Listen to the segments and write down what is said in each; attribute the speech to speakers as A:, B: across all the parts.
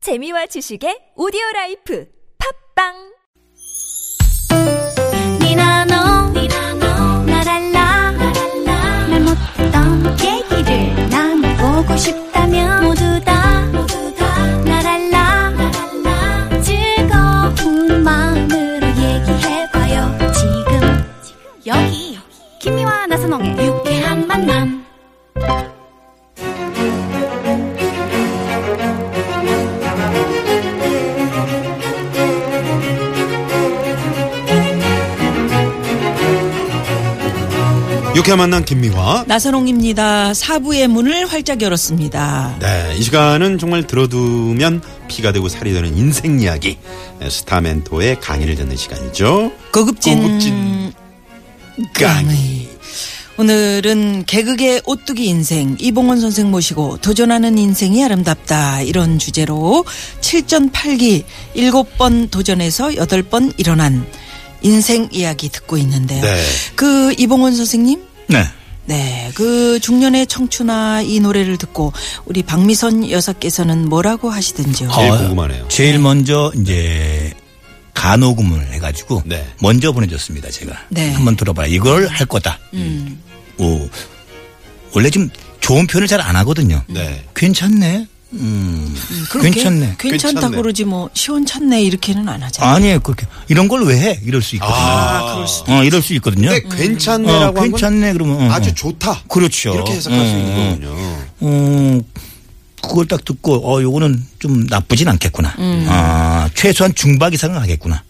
A: 재미와 지식의 오디오 라이프 팝빵
B: 니나노 날 알라 말 못했던 얘기를 나눠보고 싶다면 모두 다날 알라 즐거운 마음으로 얘기해봐요 지금 여기 김미와 나선홍의 유쾌한 만남
C: 유쾌한 만남 김미화.
D: 나선홍입니다. 사부의 문을 활짝 열었습니다.
C: 네, 이 시간은 정말 들어두면 피가 되고 살이 되는 인생 이야기. 네, 스타 멘토의 강의를 듣는 시간이죠.
D: 고급진,
C: 고급진
D: 강의. 오늘은 개그의 오뚜기 인생 이봉원 선생 모시고 도전하는 인생이 아름답다 이런 주제로 7전 8기 7번 도전해서 8번 일어난 인생 이야기 듣고 있는데요.
C: 네.
D: 그 이봉원 선생님
E: 네.
D: 네, 그 중년의 청춘아 이 노래를 듣고 우리 박미선 여사께서는 뭐라고 하시던지요?
C: 제일 궁금하네요.
E: 어, 제일 먼저 이제 간호구문을 해가지고
C: 네.
E: 먼저 보내줬습니다. 제가
D: 네.
E: 한번 들어봐. 이걸 할 거다.
C: 음.
E: 오, 원래 좀 좋은 표현을 잘 안 하거든요.
C: 네.
E: 괜찮네. 음,
D: 그렇게
E: 괜찮네.
D: 괜찮다
C: 괜찮네.
D: 그러지 뭐 시원찮네 이렇게는 안 하잖아요.
E: 아니 그렇게 이런 걸 왜 해? 이럴 수 있거든요.
C: 아, 그럴 수도.
E: 어, 이럴 수 있거든요.
C: 네,
E: 어,
C: 괜찮네라고 한
E: 괜찮네 그러면 어,
C: 건
E: 어.
C: 아주 좋다.
E: 그렇죠.
C: 이렇게 해석할 수 있는
E: 음,
C: 거군요.
E: 어, 그걸 딱 듣고 어 요거는 좀 나쁘진 않겠구나.
C: 음.
E: 아 최소한 중박 이상은 하겠구나.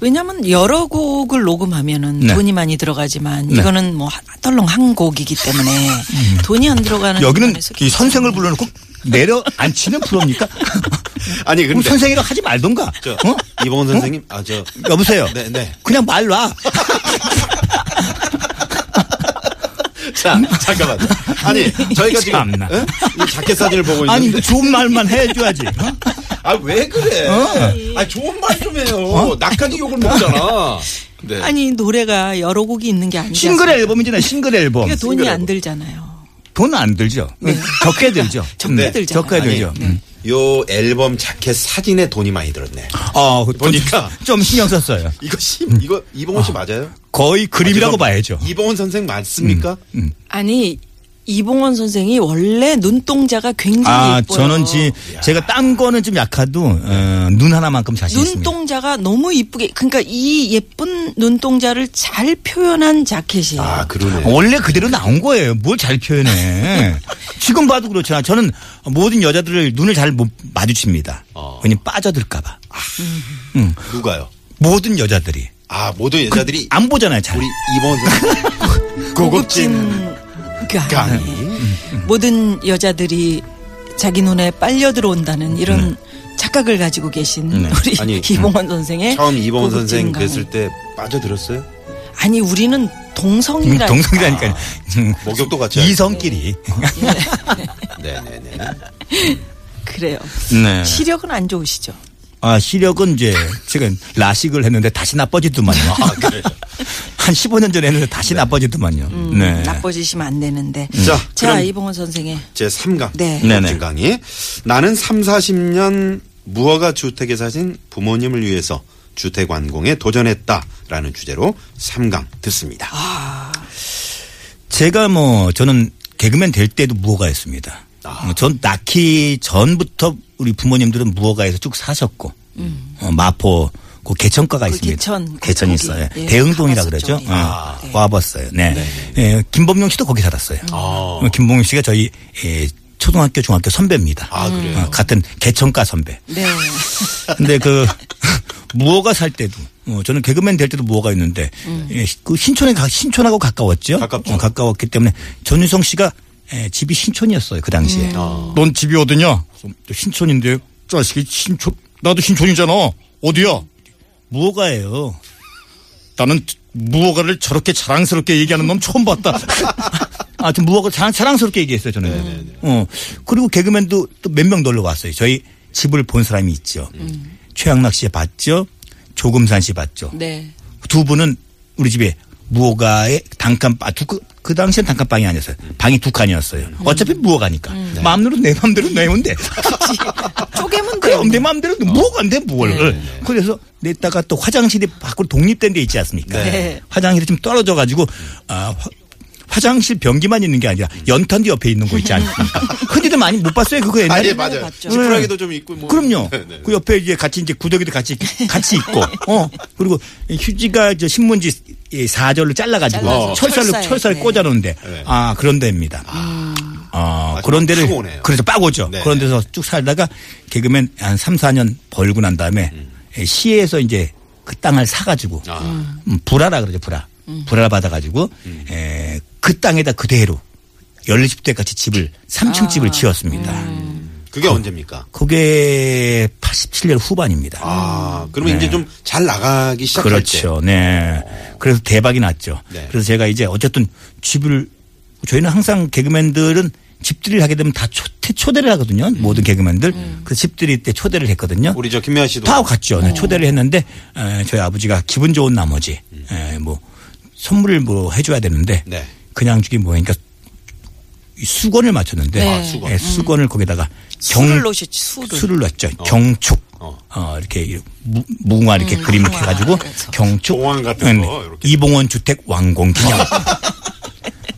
D: 왜냐하면 여러 곡을 녹음하면은
E: 네.
D: 돈이 많이 들어가지만 이거는 뭐 하- 떨렁 한 곡이기 때문에 아, 돈이 안 들어가는
E: 음. 여기는
D: 부분에서
E: 이 선생을 불러놓고 내려 앉히는 프로입니까?
C: 아니,
E: 그럼
C: 근데
E: 선생이라고 하지 말던가.
C: 저,
E: 어?
C: 이봉원 선생님, 아, 저,
E: 여보세요.
C: 네, 네.
E: 그냥 말 놔.
C: 자, 잠깐만. 아니, 저희가 지금
E: 참나.
C: 응? 이 자켓 사진을 보고
E: 아니
C: 있는데,
E: 좋은 말만 해줘야지. 어?
C: 아, 왜 그래? 아, 좋은 말 좀 해요. 나까지 욕을 먹잖아. 네.
D: 아니 노래가 여러 곡이 있는 게 아니잖아요.
E: 싱글 앨범이잖아요. 싱글 앨범.
D: 그러니까 돈이
C: 싱글 앨범.
D: 안 들잖아요.
E: 돈 안 들죠. 적게 들죠.
D: 네. 적게
E: 네,
D: 들잖아요.
E: 적게 들죠. 음.
C: 요 앨범 자켓 사진에 돈이 많이 들었네.
E: 아, 돈
C: 보니까.
E: 좀 신경 썼어요.
C: 이거 심, 이거 이봉원 씨 맞아요?
E: 거의
C: 아,
E: 그림이라고
C: 죄송합니다.
E: 봐야죠.
C: 이봉원 선생 맞습니까?
D: 아니 이봉원 선생이 원래 눈동자가 굉장히
E: 아,
D: 예뻐요.
E: 저는 지, 제가 딴 거는 좀 약하도 어, 눈 하나만큼 자신 있습니다.
D: 눈동자가 너무 이쁘게 그러니까 이 예쁜 눈동자를 잘 표현한 자켓이에요.
C: 아, 그러네.
E: 원래 그대로 나온 거예요. 뭘 잘 표현해. 지금 봐도 그렇잖아. 저는 모든 여자들을 눈을 잘 못 마주칩니다.
C: 어.
E: 왜냐 빠져들까봐.
C: 누가요?
E: 모든 여자들이.
C: 아, 모든
E: 그
C: 여자들이
E: 안 보잖아요, 잘.
C: 우리 이봉원 선생 고급진
D: 그러니까
C: 강의.
D: 음. 모든 여자들이 자기 눈에 빨려 들어온다는 이런 착각을 가지고 계신
E: 네.
D: 우리
C: 네. 아니,
D: 이봉원 선생의
C: 처음 이봉원
D: 고급진
C: 선생
D: 강의.
C: 뵀을 때 빠져들었어요?
D: 아니 우리는
E: 음,
D: 동성이라
E: 동성이라니까요.
C: 아.
E: 음,
C: 목욕도 같이 하고.
E: 이성끼리.
C: 네네네.
D: 그래요.
E: 네.
D: 시력은 안 좋으시죠?
E: 아, 시력은 이제 제가 라식을 했는데 다시 나빠지더만요.
C: 아,
E: 한 15년 전에 했는데 다시 나빠지더만요. 네.
D: 음, 나빠지시면 안 되는데.
C: 음. 자,
D: 자
C: 그럼
D: 이봉원 선생의
C: 제 3강.
D: 네.
C: 고급진
E: 네네.
C: 강의. 나는 3, 40년 무허가 주택에 사신 부모님을 위해서 주택 완공에 도전했다라는 주제로 3강 듣습니다.
D: 아.
E: 제가 뭐 저는 개그맨 될 때도 무허가였습니다.
D: 아.
E: 어, 전 낳기 전부터 우리 부모님들은 무허가에서 쭉 사셨고 어, 마포 그 개천가가
D: 음. 그
E: 있습니다.
D: 개천, 그
E: 개천
D: 거기,
E: 있어요.
D: 예,
E: 대흥동이라
D: 가봤었죠.
E: 그러죠.
D: 예.
E: 어,
D: 아. 네. 아.
E: 와봤어요. 네. 예, 김범용 씨도 거기 살았어요.
C: 아,
E: 어, 김범용 씨가 저희 예, 초등학교 중학교 선배입니다.
C: 아, 그래요?
E: 어, 같은 개천가 선배.
D: 네.
E: 근데 그 무허가 살 때도 어, 저는 개그맨 될 때도 무허가 있는데 예, 그 신촌에 가, 신촌하고 가까웠죠.
C: 가깝죠.
E: 어, 가까웠기 때문에 전유성 씨가 예, 집이 신촌이었어요 그 당시에. 넌 집이 어디냐? 신촌인데요. 자식이 신촌 나도 신촌이잖아. 어디야? 무허가예요. 나는 무허가를 저렇게 자랑스럽게 얘기하는 놈 처음 봤다. 아, 좀 무허가 자랑, 자랑스럽게 얘기했어요, 저는. 어. 그리고 개그맨도 또 몇 명 놀러 왔어요. 저희 집을 본 사람이 있죠. 최양락 씨 봤죠. 조금산 씨 봤죠.
D: 네.
E: 두 분은 우리 집에 무허가의 단칸, 아, 두, 그, 그 당시엔 단칸방이 아니었어요.
D: 음.
E: 방이 두 칸이었어요. 어차피 무허가니까. 마음대로 내 마음대로 내면 돼.
D: 네. 쪼개
E: 내 마음대로 뭐가 안 돼,
D: 네,
E: 뭘. 그래서 냈다가 또 화장실이 밖으로 독립된 데 있지 않습니까?
D: 네.
E: 화장실이 좀 떨어져 가지고 아, 화, 화장실 변기만 있는 게
D: 음.
E: 아니라 연탄도 옆에 있는 거 있지 않습니까? 흔히들 많이 못 봤어요, 그거
C: 아,
E: 옛날에.
C: 예, 맞아요.
D: 봤죠.
C: 지푸라기도 좀 있고. 뭐.
E: 그럼요.
C: 네, 네.
E: 그 옆에 이제 같이 이제 구더기도 같이 같이 있고, 어 그리고 휴지가 저 신문지 사절로 잘라가지고
D: 잘라서
E: 철사를
D: 철사에,
E: 철사를
D: 네.
E: 꽂아놓는데
C: 네.
E: 아 그런 데입니다. 아,
C: 아,
E: 그런 데를
C: 파고 오네요.
E: 그래서 빠고죠.
C: 네.
E: 그런 데서 쭉 살다가 개그맨 한 3, 4년 벌고 난 다음에 예, 시에서 이제 그 땅을 사가지고
C: 아. 음.
E: 음, 불화라 그러죠 불화 불화를 받아가지고 에, 그 땅에다 그대로 17대 같이 집을
C: 아.
E: 3층 집을 지었습니다.
C: 음. 그게 언제입니까?
E: 그게 87년 후반입니다.
C: 아, 그러면 이제 좀 잘 나가기 시작할 때.
E: 네.
C: 어.
E: 그렇죠. 네. 그래서 대박이 났죠.
C: 네.
E: 그래서 제가 이제 어쨌든 집을 저희는 항상 개그맨들은 집들이를 하게 되면 다 초, 태- 초대를 하거든요. 모든 개그맨들. 그래서 집들이 때 초대를 했거든요.
C: 음. 우리 저 김미아 씨도. 어.
E: 다 갔죠. 네, 초대를 했는데 에, 저희 아버지가 기분 좋은 나머지 에, 뭐 선물을 뭐 해줘야 되는데
C: 네.
E: 그냥 주기 뭐니까 이 수건을 맞췄는데
D: 네. 아,
C: 수건.
E: 예, 수건을 거기다가
D: 술을 넣으셨지, 술을.
E: 죠 경축
C: 어.
E: 어. 이렇게 무, 음, 무궁화 그렇죠. 이렇게 그림 이렇게 해가지고 경축
C: 공원 같은 거
E: 네,
C: 이렇게.
E: 이봉원 주택 완공 기념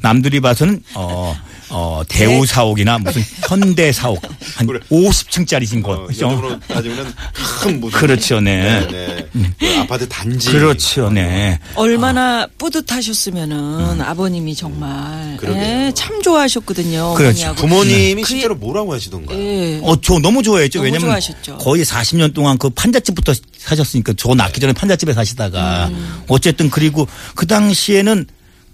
E: 남들이 봐서는 어, 어, 대우 사옥이나 무슨 현대 사옥 한
C: 그래.
E: 50층짜리인 거
C: 어,
E: 그죠?
C: 이쪽으로 따지면 큰 무슨.
E: 그렇죠, 네.
C: 네, 네. 그 아파트 단지.
E: 그렇죠, 네.
D: 얼마나 뿌듯하셨으면은 아버님이 정말
C: 음. 그러게요.
D: 예, 참 좋아하셨거든요.
E: 그렇죠.
D: 어머니하고.
C: 부모님이 실제로 뭐라고 하시던가요?
D: 예.
E: 어, 저 너무 좋아했죠.
D: 너무
E: 왜냐면
D: 좋아하셨죠.
E: 거의 40년 동안 그 판잣집부터 사셨으니까 저 낳기 전에 판잣집에 사시다가
D: 음.
E: 어쨌든 그리고 그 당시에는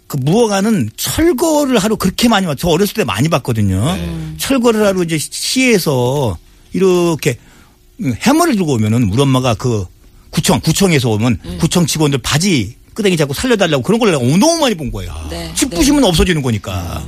E: 그 무어가는 철거를 하러 그렇게 많이 왔. 저 어렸을 때 많이 봤거든요.
C: 네.
E: 철거를 하러 이제 시에서 이렇게 해머를 들고 오면은 우리 엄마가 그 구청 구청에서 오면
D: 네.
E: 구청 직원들 바지 끄댕이 잡고 살려달라고 그런 걸 내가 너무 많이 본 거예요.
D: 네, 음.
E: 집 부시면 없어지는 거니까.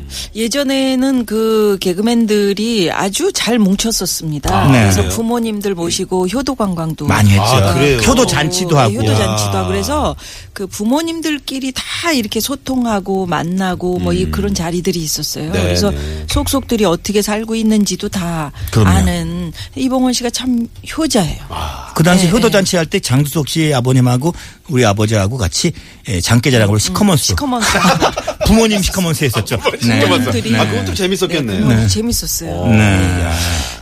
D: 예전에는 그 개그맨들이 아주 잘 뭉쳤었습니다.
E: 네.
D: 그래서
C: 아, 그래요?
D: 부모님들 모시고 효도 관광도 예,
E: 많이 했죠.
C: 아, 그래요?
E: 효도 잔치도 하고.
D: 네, 효도 잔치도 하고 그래서 그 부모님들끼리 다 이렇게 소통하고 만나고 뭐 이 그런 자리들이 있었어요.
C: 음. 네,
D: 그래서
C: 네.
D: 속속들이 어떻게 살고 있는지도 다
E: 그럼요.
D: 아는 이봉원 씨가 참 효자예요.
C: 아,
E: 그 당시
D: 네,
E: 효도잔치 할 때 장두석 씨 아버님하고 우리 아버지하고 같이 예, 장기자랑으로 시커먼스
D: 음, 시커먼스 아,
E: 부모님 시커먼스 했었죠.
C: 진짜 맞다.
D: 분들이-
C: 아, 그건 좀 재밌었겠네요.
D: 너무 재밌었어요.
E: 네.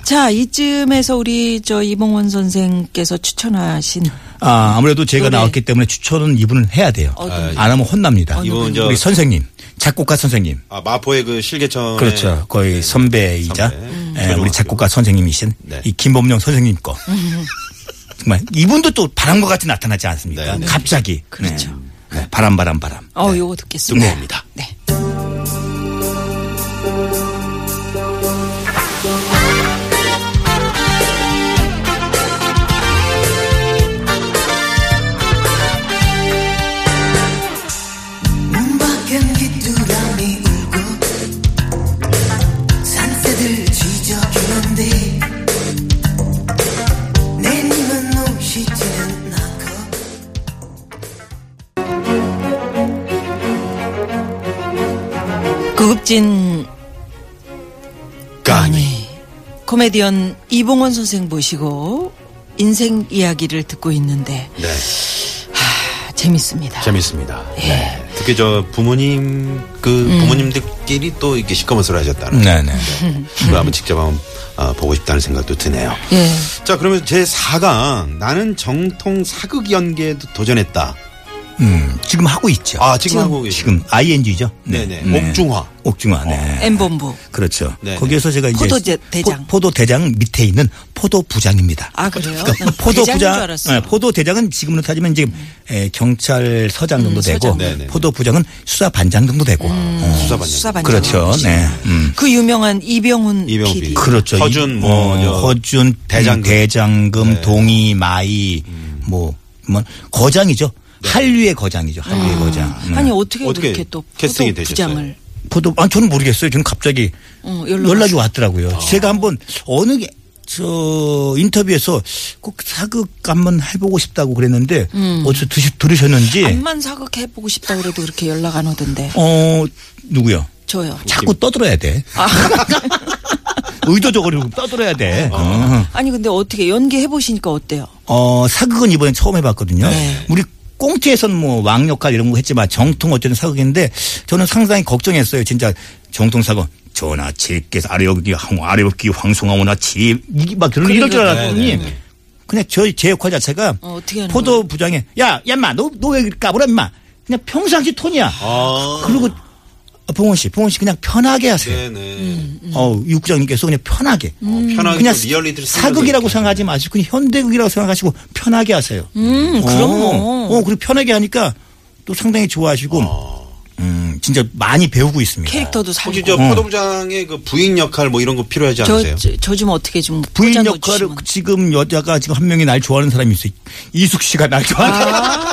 D: 자 이쯤에서 우리 저 이봉원 선생께서 추천하신
E: 아, 아무래도 제가
D: 노래.
E: 나왔기 때문에 추천은 이분은 해야 돼요.
D: 어, 네.
E: 안 하면 혼납니다.
C: 이분
E: 우리
C: 저-
E: 선생님, 작곡가 선생님.
C: 아, 마포의 그 실개천.
E: 그렇죠. 거의 선배이자
C: 선배.
D: 음.
E: 예, 우리 작곡가 선생님이신
C: 네.
E: 이 김범룡 선생님 거.
D: 음.
E: 정말 이분도 또 바람과 같이 나타나지 않습니까?
C: 네, 네.
E: 갑자기.
D: 그렇죠.
E: 네. 네, 바람 바람 바람.
D: 어 요거 듣겠습니다.
E: 두꺼웁니다.
D: 네.
F: 문 밖엔 귀뚜라미 울고 산새들 지저귀는데 내 님은 오시지는 않고
D: 구급진
C: 까니.
D: 강의 코미디언 이봉원 선생 모시고 인생 이야기를 듣고 있는데
C: 네.
D: 아, 재밌습니다.
C: 재밌습니다.
E: 예.
C: 네. 특히 저 부모님, 그 부모님들끼리 또 이렇게 시커먼스를 하셨다는.
E: 음. 네, 네.
C: 그거 한번 직접 한번 어, 보고 싶다는 생각도 드네요.
D: 예.
C: 자, 그러면 제 4강. 나는 정통 사극 연기에도 도전했다.
E: 음, 지금 하고 있죠.
C: 아, 지금 하고 계시
E: 지금 ING죠.
C: 네네. 옥중화. 어.
E: 옥중화. 네.
D: 엠본부.
E: 그렇죠.
C: 네네.
E: 거기에서 제가 이제
D: 포도 제- 대장.
E: 포, 도 대장 밑에 있는 포도 부장입니다.
D: 아 그래요?
E: 그러니까
D: 난 대장인
E: 포도 부장, 네,
D: 줄 알았어. 요 음.
E: 포도 대장은 지금으로 따지면 이제 에, 경찰서장 정도 되고,
D: 서장.
C: 네네.
E: 포도 부장은 수사 반장 정도 되고,
D: 음.
E: 어,
C: 수사반장.
D: 수사반장.
E: 그렇죠. 네. 음.
D: 그 유명한 이병훈,
C: 이병훈 PD.
D: PD.
E: 그렇죠.
C: 허준,
E: 이-
C: 뭐, 저-
E: 허준,
C: 대장금. 네. 음.
E: 대장금, 대장금 동이, 마이, 뭐, 뭐, 거장이죠.
C: 네.
E: 한류의 거장이죠. 한류의 거장. 음.
D: 아니 어떻게,
C: 어떻게
D: 이렇게 또
C: 캐스팅이
D: 포도
C: 되셨어요?
D: 부장을
E: 포도 아 저는 모르겠어요. 저는 갑자기
D: 어, 연락
E: 연락이 왔더라고요. 제가 한번 어느 게, 저 인터뷰에서 꼭 사극 한번 해보고 싶다고 그랬는데
D: 음.
E: 어디서 드시, 들으셨는지
D: 암만 사극해 보고 싶다 그래도 그렇게 연락 안 오던데
E: 어 누구요?
D: 저요. 아,
E: 자꾸 떠들어야 돼. 의도적으로 떠들어야 돼. 어.
D: 아니 근데 어떻게 연기해 보시니까 어때요?
E: 어, 사극은 이번에 처음 해봤거든요.
D: 네.
E: 우리 꽁트에선 뭐 왕역할 이런 거 했지만 정통 어쨌든 사극인데 저는 상당히 걱정했어요. 진짜 정통 사극. 전하 제께서 아래역기 황 아래역기 황송하오나 제막 이런 이럴 줄 알았더니 그냥 저희 제 역할 자체가
D: 네, 어, 어떻게 하는
E: 포도 부장에 야, 야, 마, 너, 너왜 까불어, 인마 그냥 평상시 톤이야.
D: 아.
C: 아,
E: 그리고 아, 봉원 씨, 봉원 씨 그냥 편하게 하세요.
C: 네네.
E: 어, 육장님께서 그냥 편하게.
D: 음.
C: 편하게
E: 그냥
C: 좀 리얼리티를
E: 사극이라고
C: 살려서
E: 생각하지 마시고 그냥 현대극이라고 생각하시고 편하게 하세요.
D: 음,
E: 어,
D: 그럼요.
E: 어, 그리고 편하게 하니까 또 상당히 좋아하시고, 음, 진짜 많이 배우고 있습니다.
D: 캐릭터도
C: 혹시 저
E: 음. 어.
D: 살고.
C: 포도부장의 그 부인 역할 뭐 이런 거 필요하지 않으세요?
D: 저 좀 어떻게 좀
E: 부인
D: 꽂아
E: 역할을
D: 넣어주시면.
E: 지금 여자가 지금 한 명이 날 좋아하는 사람이 있어요. 이숙 씨가 날 좋아하는.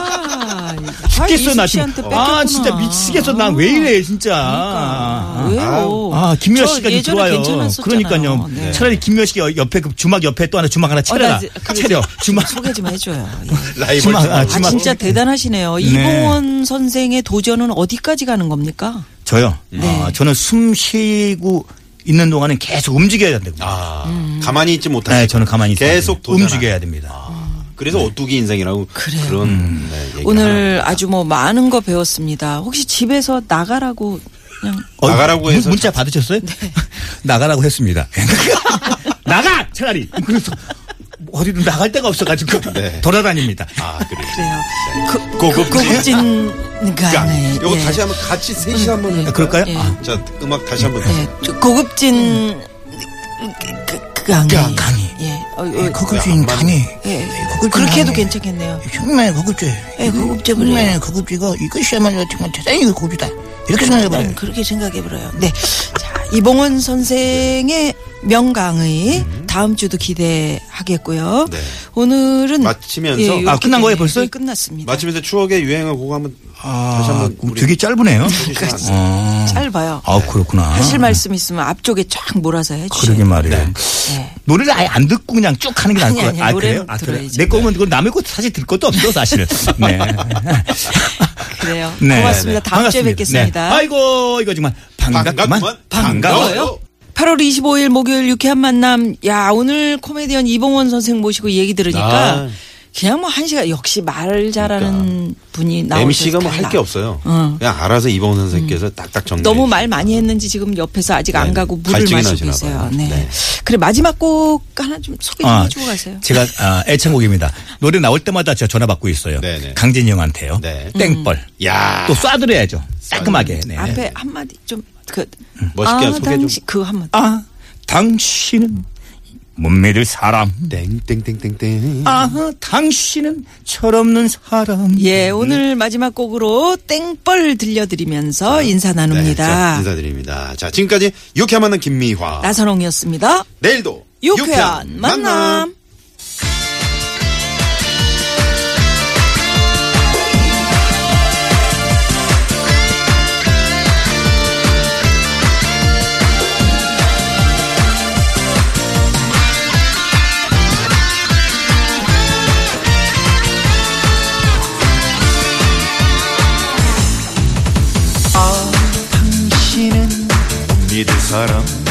D: 아,
E: 미치겠어, 나
D: 이숙
E: 지금.
D: 씨한테
E: 아,
D: 뺏겼구나.
E: 진짜 미치겠어. 난 왜 이래, 진짜. 아.
D: 그러니까. 왜요?
E: 아, 김미아 씨가 좀
D: 좀
E: 좋아요. 그러니까요.
D: 네.
E: 차라리 김미아 씨가 옆에 그 주막 옆에 또 하나 주막
D: 어,
E: 하나 차려라.
D: 그
E: 차려. 주막.
D: 소개 좀 해줘요. 예.
C: 라이벌
E: 주마- 아,
D: 아,
E: 주마-
D: 진짜 대단하시네요. 이봉원 선생의 도전은 어디까지 가는 겁니까?
E: 저요.
C: 네.
E: 아, 저는 숨 쉬고 있는 동안은 계속 움직여야 됩니다.
C: 아, 가만히 있지 못하시
E: 네, 저는 가만히 있어요.
C: 계속 도전하- 아,
E: 움직여야 됩니다.
C: 그래서 오뚜기 인생이라고 그런 네, 얘기를
D: 네. 음. 오늘 아주 뭐 많은 거 배웠습니다. 혹시 집에서 나가라고 그냥
E: 어이,
C: 나가라고
E: 문-
C: 해서 네.
E: 문자 받으셨어요? 나가라고 했습니다. 나가 차라리. 그래서 어디든 나갈 데가 없어가지고
C: 네.
E: 돌아다닙니다.
C: 아, 그래요.
D: 그래요. 그,
C: 고급진
D: 고급진 간에
C: 요거 다시 한번 그러니까 같이 셋이 한번
E: 아,
C: 해볼까요?
E: 그럴까요?
D: 예.
E: 아,
C: 자, 음악 다시 한번
D: 예, 저 고급진 그, 강의.
E: 야, 강의.
D: 예. 어, 어,
E: 예, 고급주인 강의.
C: 네.
D: 예.
E: 고급진
D: 그렇게 해도
E: 강의.
D: 괜찮겠네요.
E: 정말 고급주.
D: 예, 고급적으로
E: 정말 고급지고 이것이야말로 정말 대단히 고급이다. 이렇게 생각해봐요.
C: 네.
D: 난 네, 그렇게 생각해버려요. 네. 자, 이봉원 선생의 명강의 다음 주도 기대하겠고요.
C: 네.
D: 오늘은
C: 마치면서-
D: 예,
E: 아, 끝난 거예요, 벌써?
D: 예, 끝났습니다.
C: 마치면서 추억의 유행어 그거 한번 다시
E: 아,
C: 한번
E: 그럼 되게 짧으네요.
C: 짧으시지
E: 아,
D: 짧아요.
E: 아, 그렇구나.
D: 하실 말씀 있으면 앞쪽에 쫙 몰아서 해주세요.
E: 그러게 말이에요.
D: 네.
E: 노래를 아예 안 듣고 그냥 쭉 하는 게 나을 것
D: 아니,
E: 같아요.
D: 아니,
E: 아, 그래요?
D: 노래는
E: 아, 그래요?
D: 들어야지. 네.
E: 내 거면 그건 남의 거 사실 들 것도 없어, 사실. 네.
D: 그래요.
E: 네.
D: 고맙습니다. 다음 주에
E: 반갑습니다.
D: 뵙겠습니다.
E: 네. 아이고, 이거 정말 반갑구만.
C: 반갑구만.
D: 어,
E: 반가워요.
D: 8월 25일 목요일 유쾌한 만남. 야, 오늘 코미디언 이봉원 선생 모시고 얘기 들으니까
C: 아. 그러니까.
D: 그냥 뭐 한 시간 역시 말 잘하는 분이 나오셔서
C: MC가 뭐 할
D: 달라.
C: 게 없어요. 그냥 알아서 이봉 선생께서 딱딱 정리.
D: 음. 너무 말 많이 했는지 지금 옆에서 아직 안
C: 네,
D: 가고 물을
C: 갈증이
D: 마시고
C: 나시나
D: 있어요.
C: 봐요.
D: 네.
C: 네.
D: 그래 마지막 곡 하나 좀 소개
E: 아.
D: 좀 해주고 가세요.
E: 제가 아, 애창곡입니다. 노래 나올 때마다 제가 전화 받고 있어요.
C: 네네.
E: 강진이 형한테요.
C: 네.
E: 땡벌.
D: 음.
C: 야.
E: 또 쏴드려야죠. 따끔하게. 네.
D: 앞에 한 마디 좀그
C: 예. 음, 멋있게 소개
D: 아,
C: 좀.
D: 당시 그한 마디.
E: 아, 당신은 못 믿을 사람.
C: 땡땡땡땡땡.
E: 아, 당신은 철없는 사람.
C: 음.
D: 예, 오늘 마지막 곡으로 땡벌 들려드리면서 인사
C: 네, 자,
D: 나눕니다.
C: 인사드립니다. 자, 지금까지 유쾌한 만남 김미화.
D: 나선홍이었습니다.
C: 내일도
D: 유쾌한 만남.
F: 당신은 믿을 사람